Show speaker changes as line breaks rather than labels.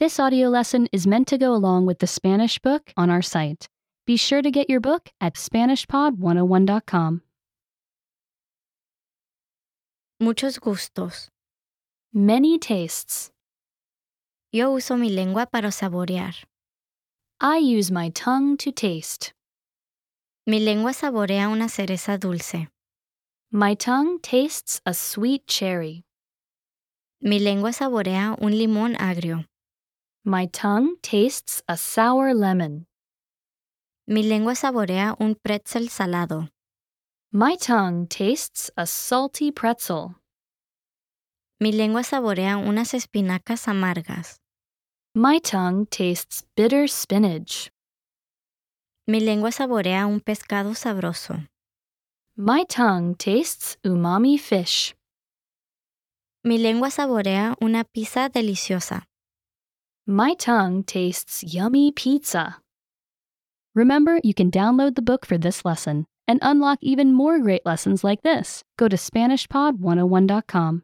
This audio lesson is meant to go along with the Spanish book on our site. Be sure to get your book at SpanishPod101.com.
Muchos gustos.
Many tastes.
Yo uso mi lengua para saborear.
I use my tongue to taste.
Mi lengua saborea una cereza dulce.
My tongue tastes a sweet cherry.
Mi lengua saborea un limón agrio.
My tongue tastes a sour lemon.
Mi lengua saborea un pretzel salado.
My tongue tastes a salty pretzel.
Mi lengua saborea unas espinacas amargas.
My tongue tastes bitter spinach.
Mi lengua saborea un pescado sabroso.
My tongue tastes umami fish.
Mi lengua saborea una pizza deliciosa.
My tongue tastes yummy pizza. Remember, you can download the book for this oh lesson and unlock even more great lessons like this. Go to SpanishPod101.com.